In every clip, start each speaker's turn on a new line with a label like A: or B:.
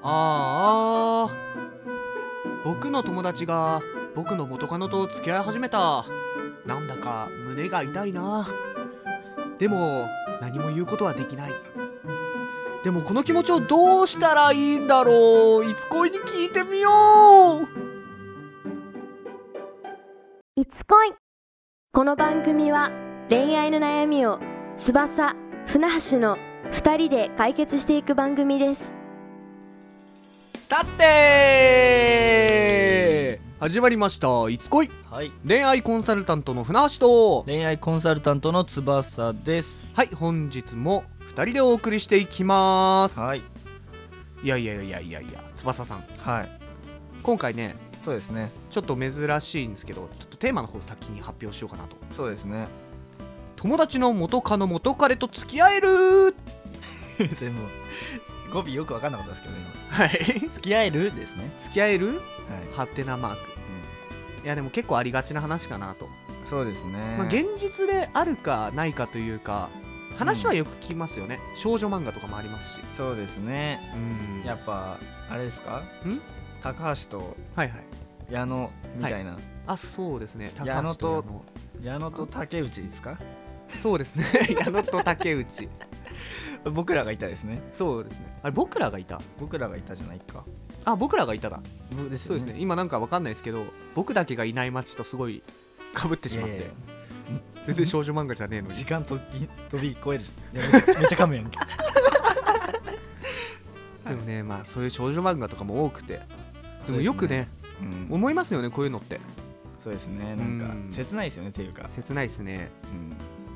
A: ああ僕の友達が僕の元カノと付き合い始めたなんだか胸が痛いなでも何も言うことはできないでもこの気持ちをどうしたらいいんだろういつ恋に聞いてみよう
B: いつ恋この番組は恋愛の悩みを翼船橋の2人で解決していく番組です
A: さて始まりました「いつ恋
C: はい」
A: 恋愛コンサルタントの船橋と
C: 恋愛コンサルタントの翼です
A: はい本日も2人でお送りしていきます
C: はい
A: いやいやいやいやいや翼さん
C: はい
A: 今回ね
C: そうですね
A: ちょっと珍しいんですけどちょっとテーマの方先に発表しようかなと
C: そうですね
A: 友達の元カノ元彼と付き合える
C: 全部語尾よく分かんなかったですけど今
A: はい
C: 付き合えるですね
A: 付き合える
C: はい、
A: はてなマークいやでも結構ありがちな話かなと、
C: そうですね
A: まあ、現実であるかないかというか話はよく聞きますよね、少女漫画とかもありますし
C: そうですね
A: うん
C: やっぱあれですか
A: ん
C: 高橋と
A: はいはい
C: 矢野みたいな、
A: あそうですね高橋と矢
C: 矢野と
A: 野
C: 矢野と竹内ですか
A: そうですね 矢野と竹内
C: 僕らがいたですね
A: そうですねあれ僕らがいた
C: 僕らがいたじゃないか
A: あ僕らがいただ
C: ぶです
A: そうですね今なんかわかんないですけど僕だけがいない街とすごい かぶってしまって
C: いやいや
A: 全然少女漫画じゃねえのに
C: 時間とき飛び越えるいやめっちゃめっちゃ噛むやんけ
A: でもねまあそういう少女漫画とかも多くてで
C: そうです
A: も
C: ね
A: よくね
C: うん
A: 思いますよねこういうのって
C: そうですねなんか
A: うん
C: 切ないですよねっていうか、
A: 切ないですね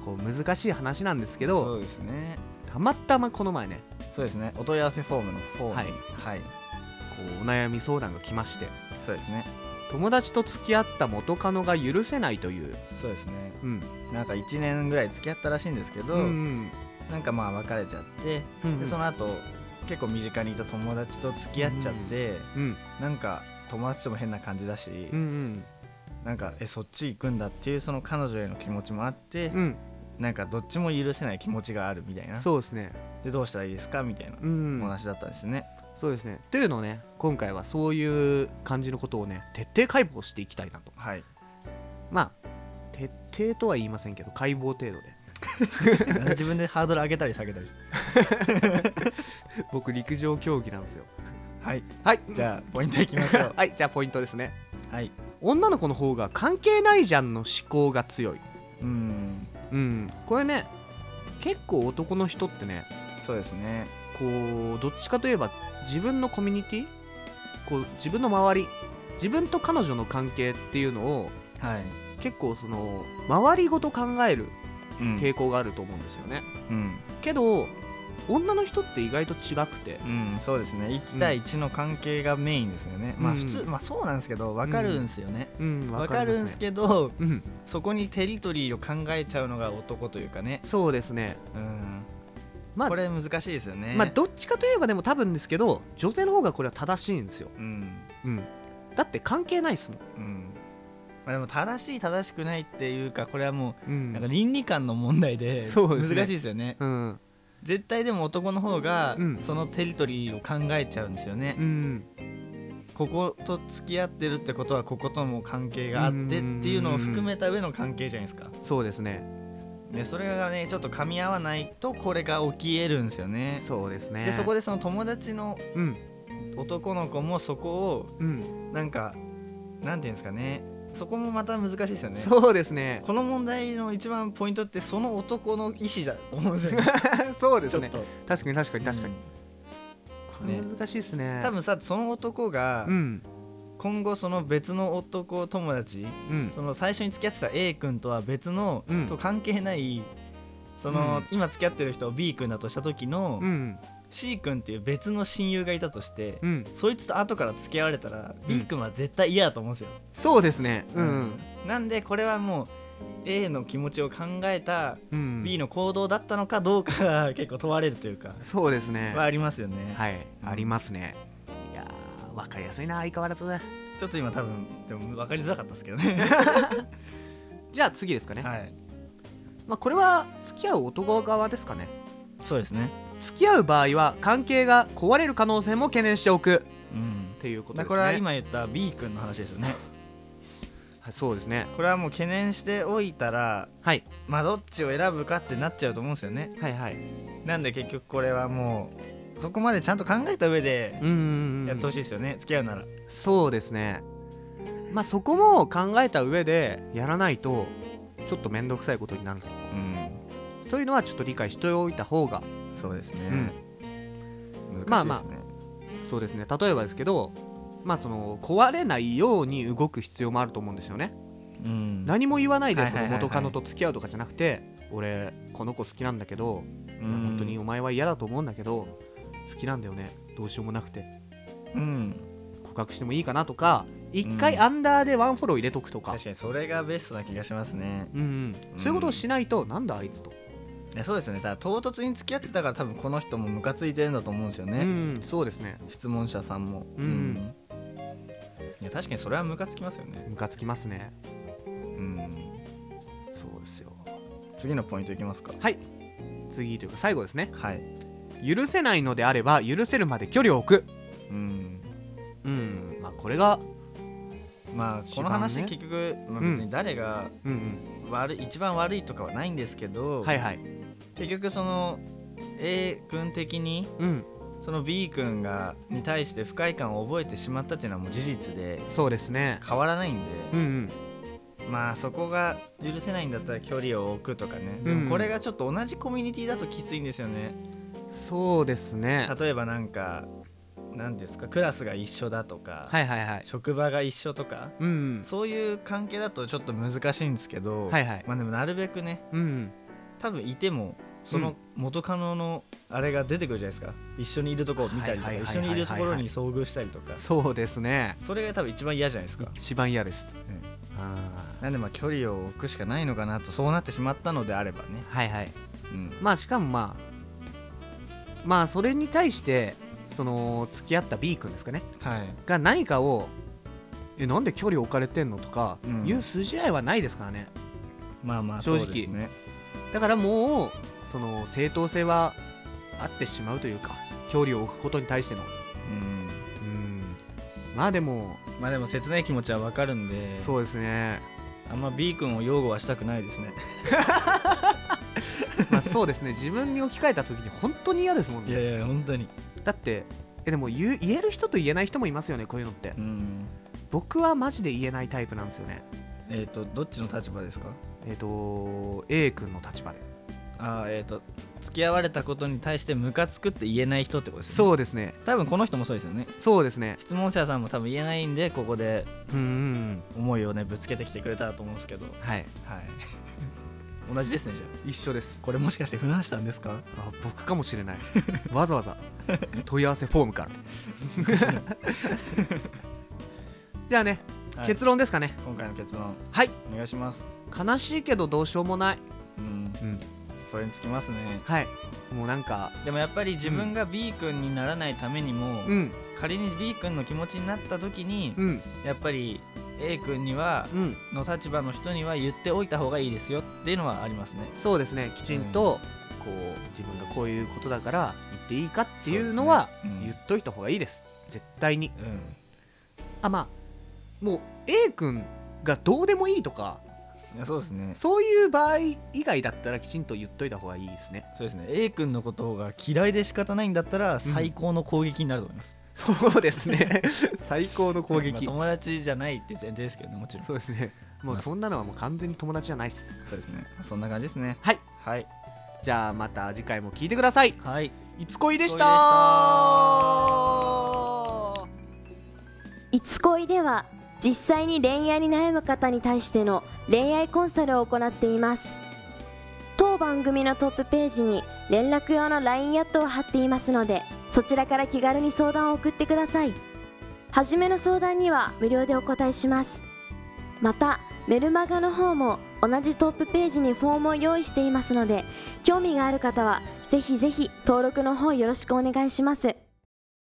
C: うん、
A: こう難しい話なんですけ
C: そ
A: ど
C: うですね
A: たまたまこの前ね
C: そうですねお問い合わせフォームの方に
A: はい
C: はい、
A: こうお悩み相談が来まして
C: そうですね
A: 友達と付き合った元カノが許せないという、
C: そうですね
A: うん
C: なんか1年ぐらい付き合ったらしいんですけど、
A: うん
C: なんかまあ別れちゃって、
A: うん
C: でその後結構身近にいた友達と付き合っちゃって、
A: うん
C: なんか友達とも変な感じだし、
A: うんうん
C: なんかえそっち行くんだっていうその彼女への気持ちもあって、
A: うん
C: なんかどっちも許せない気持ちがあるみたいな
A: そうですね
C: でどうしたらいいですかみたいな
A: うんうん
C: お話だったんですね、
A: そうですね。というのをね、今回はそういう感じのことをね、徹底解剖していきたいなと。
C: はい
A: まあ、徹底とは言いませんけど、解剖程度で。
C: 自分でハードル上げたり下げたり
A: 僕、陸上競技なんですよ。
C: はい
A: はい、
C: じゃあポイントいきましょ う
A: はい、じゃあポイントですね。
C: はい
A: 女の子の方が関係ないじゃんの思考が強い。
C: うん
A: うん、これね、結構男の人ってね、
C: そうですね
A: こう、どっちかといえば自分のコミュニティこう、自分の周り、自分と彼女の関係っていうのを、
C: はい、
A: 結構その、周りごと考える
C: うん
A: 傾向があると思うんですよね、
C: うん、
A: けど女の人って意外と違くて
C: うん、そうですね1対1の関係がメインですよね、まあ
A: うん
C: 普通まあそうなんですけど分かるんですよね、
A: うん
C: 分かるん
A: で
C: ですけど
A: うん
C: そこにテリトリーを考えちゃうのが男というかね
A: そうですね
C: うん
A: まあ
C: これ難しいですよね
A: まあどっちかといえばでも多分ですけど女性の方がこれは正しいんですよ、
C: うん
A: うん、だって関係ないっすもん、
C: うんまあ、でも正しい正しくないっていうかこれはも
A: う
C: うんなんか倫理観の問題で
A: そう
C: 難
A: です
C: し
A: ね
C: いですよね
A: うん
C: 絶対でも男の方が
A: うん
C: そのテリトリーを考えちゃうんですよね、
A: うん、
C: ここと付き合ってるってことはこことも関係があってっていうのを含めた上の関係じゃないですか、
A: そうですね
C: ね、それがねちょっと噛み合わないとこれが起きえるんですよね
A: そうですね
C: でそこ
A: で
C: でその友達の
A: うん
C: 男の子もそこ
A: うん、
C: をなんかなんていうんですかねそこもまた難しいですよね
A: そうですね
C: この問題の一番ポイントってその男の意思だと思うんですよね
A: そうで
C: ち
A: す
C: ょっ
A: ね
C: と
A: 確かに確かに確かに、
C: うん
A: これ難しいっすね
C: 多分さその男が
A: うん
C: 今後その別の男友達
A: うん
C: その最初に付き合ってた A 君とは別の、
A: うん
C: と関係ないその、
A: うん
C: 今付き合ってる人を B 君だとした時の、
A: うん
C: C 君っていう別の親友がいたとして、
A: うん
C: そいつと後から付き合われたら、
A: うん
C: B 君は絶対嫌だと思うんですよ、
A: そうですねうん
C: なんでこれはもう A の気持ちを考えた
A: うん
C: B の行動だったのかどうかが結構問われるというか、
A: そうですね
C: はありますよね、
A: はい、
C: うん
A: ありますね。いやー、わかりやすいな、相変わらず。
C: ちょっと今多分でも分かりづらかったですけ どね
A: じゃあ次ですかね。
C: はい
A: まあこれは付き合う男側ですかね。
C: そうですね
A: 付き合う場合は関係が壊れる可能性も懸念しておく
C: うん
A: っていうこと
C: だ
A: ですね
C: これは今言った B 君の話ですよね
A: はいそうですね
C: これはもう懸念しておいたら
A: はい
C: まあどっちを選ぶかってなっちゃうと思うんですよね
A: はいはい
C: なんで結局これはもうそこまでちゃんと考えた上で
A: うんうんう
C: やっ
A: ん
C: てほしいですよね、付き合うなら
A: そうですねまあそこも考えた上でやらないとちょっと面倒くさいことになる
C: うん
A: そういうのはちょっと理解しておいた方が
C: そうですね、
A: ん
C: 難しいですね、
A: そうですね例えばですけどまあその壊れないように動く必要もあると思うんですよね
C: うん
A: 何も言わないで
C: はい
A: そ
C: はいは
A: の
C: いはい
A: 元カノと付き合うとかじゃなくて俺この子好きなんだけど
C: うん
A: 本当にお前は嫌だと思うんだけど好きなんだよねどうしようもなくて
C: うん
A: 告白してもいいかなとか一回アンダーでワンフォロー入れとくとか
C: 確かにそれがベストな気がしますね
A: うんうんそういうことをしないとなんだあいつと
C: いやそうですねただ唐突に付き合ってたから多分この人もムカついてるんだと思うんですよね、
A: うんそうですね
C: 質問者さんも
A: うん
C: いや確かにそれはムカつきますよね
A: ムカつきますね
C: うん
A: そうですよ
C: 次のポイントいきますか
A: 次というか最後ですね
C: はい
A: 許せないのであれば許せるまで距離を置く
C: うん
A: うんまあこれが
C: まあ
A: 一番ね
C: この話結局、まあ、別に誰が
A: うん
C: 悪い、一番悪いとかはないんですけ
A: う
C: ど、
A: んはいはい
C: 結局その A 君的に
A: うん
C: その B 君がに対して不快感を覚えてしまったっていうのはもう事実で
A: そうですね
C: 変わらないん
A: う
C: で、
A: んうん
C: まあそこが許せないんだったら距離を置くとかね、でもこれがちょっと同じコミュニティだときついんですよね
A: そうですね
C: 例えばなんか何ですかクラスが一緒だとか、
A: はいはいはい
C: 職場が一緒とか
A: うんうん
C: そういう関係だとちょっと難しいんですけど、
A: はいはい
C: まあでもなるべくね
A: うんうん
C: 多分いてもその元カノのあれが出てくるじゃないですか一緒にいるとこを見たりと
A: は
C: か
A: いはいはいはいはい
C: 一緒にいるところに遭遇したりとか
A: そうですね
C: それが多分一番嫌じゃないですか
A: 一番嫌です
C: うん
A: あ
C: なんでまあ距離を置くしかないのかなとそうなってしまったのであればね
A: ーはいはい
C: うん
A: まあしかもまあまあそれに対してその付き合った B 君ですかね
C: はい
A: が何かをえなんで距離置かれてんのとか
C: うん
A: いう筋合いはないですからね、
C: まあまあ
A: 正
C: そう
A: 直
C: ですね
A: だからもうその正当性はあってしまうというか距離を置くことに対しての
C: う
A: う
C: ん
A: んまあでも
C: まあでも切ない気持ちはわかるんで
A: そうですね
C: あんま B 君を擁護はしたくないですね
A: まあそうですね自分に置き換えた時に本当に嫌ですもん
C: いや
A: ね
C: いや本当に
A: だってえでも言う言える人と言えない人もいますよねこういうのって
C: うん
A: 僕はマジで言えないタイプなんですよね
C: えっ、とどっちの立場ですか
A: えっ、と A 君の立場で
C: あーえっ、と付き合われたことに対してムカつくって言えない人ってことですよね
A: そうですね
C: う多分この人もそうですよね
A: そうですね
C: 質問者さんも多分言えないんでここで
A: うんうん
C: 思いをねぶつけてきてくれたらと思うんですけどは
A: うんはい
C: い 同じですねじゃあ
A: 一緒です
C: これもしかして船橋さんですか
A: あ僕かもしれないわざわざ問い合わせフォーム からじゃあね、
C: はい
A: 結論ですかね
C: 今回の結論
A: はい
C: お願いします
A: 悲しいけどどうしようもない、
C: うんそれにつきますね
A: はいもうなんか
C: でもやっぱり自分が B 君にならないためにも、
A: うん
C: 仮に B 君の気持ちになった時に、
A: うん
C: やっぱり A 君には
A: うん
C: の立場の人には言っておいた方がいいですよっていうのはありますね
A: そうですねきちんと、こう自分がこういうことだから言っていいかっていうのは
C: そうですねうん
A: 言っといた方がいいです絶対に
C: う
A: あまあもう A 君がどうでもいいとか
C: んいやそうですね
A: そういう場合以外だったらきちんと言っといた方がいいですね
C: そうですね A 君のことが嫌いで仕方ないんだったら最高の攻撃になると思います、
A: そうですね 最高の攻
C: まあ
A: 撃
C: 友達じゃないって前提ですけどねもちろん
A: そうですねもうそんなのはもう完全に友達じゃないです
C: そうですねそんな感じですね
A: はい
C: はい
A: じゃあまた次回も聞いてください
C: はい
A: いつこいでした
C: いつこいでし
B: いつ恋では実際に恋愛に悩む方に対しての恋愛コンサルを行っています当番組のトップページに連絡用の LINE アットを貼っていますのでそちらから気軽に相談を送ってください初めの相談には無料でお答えしますまたメルマガの方も同じトップページにフォームを用意していますので興味がある方はぜひぜひ登録の方よろしくお願いします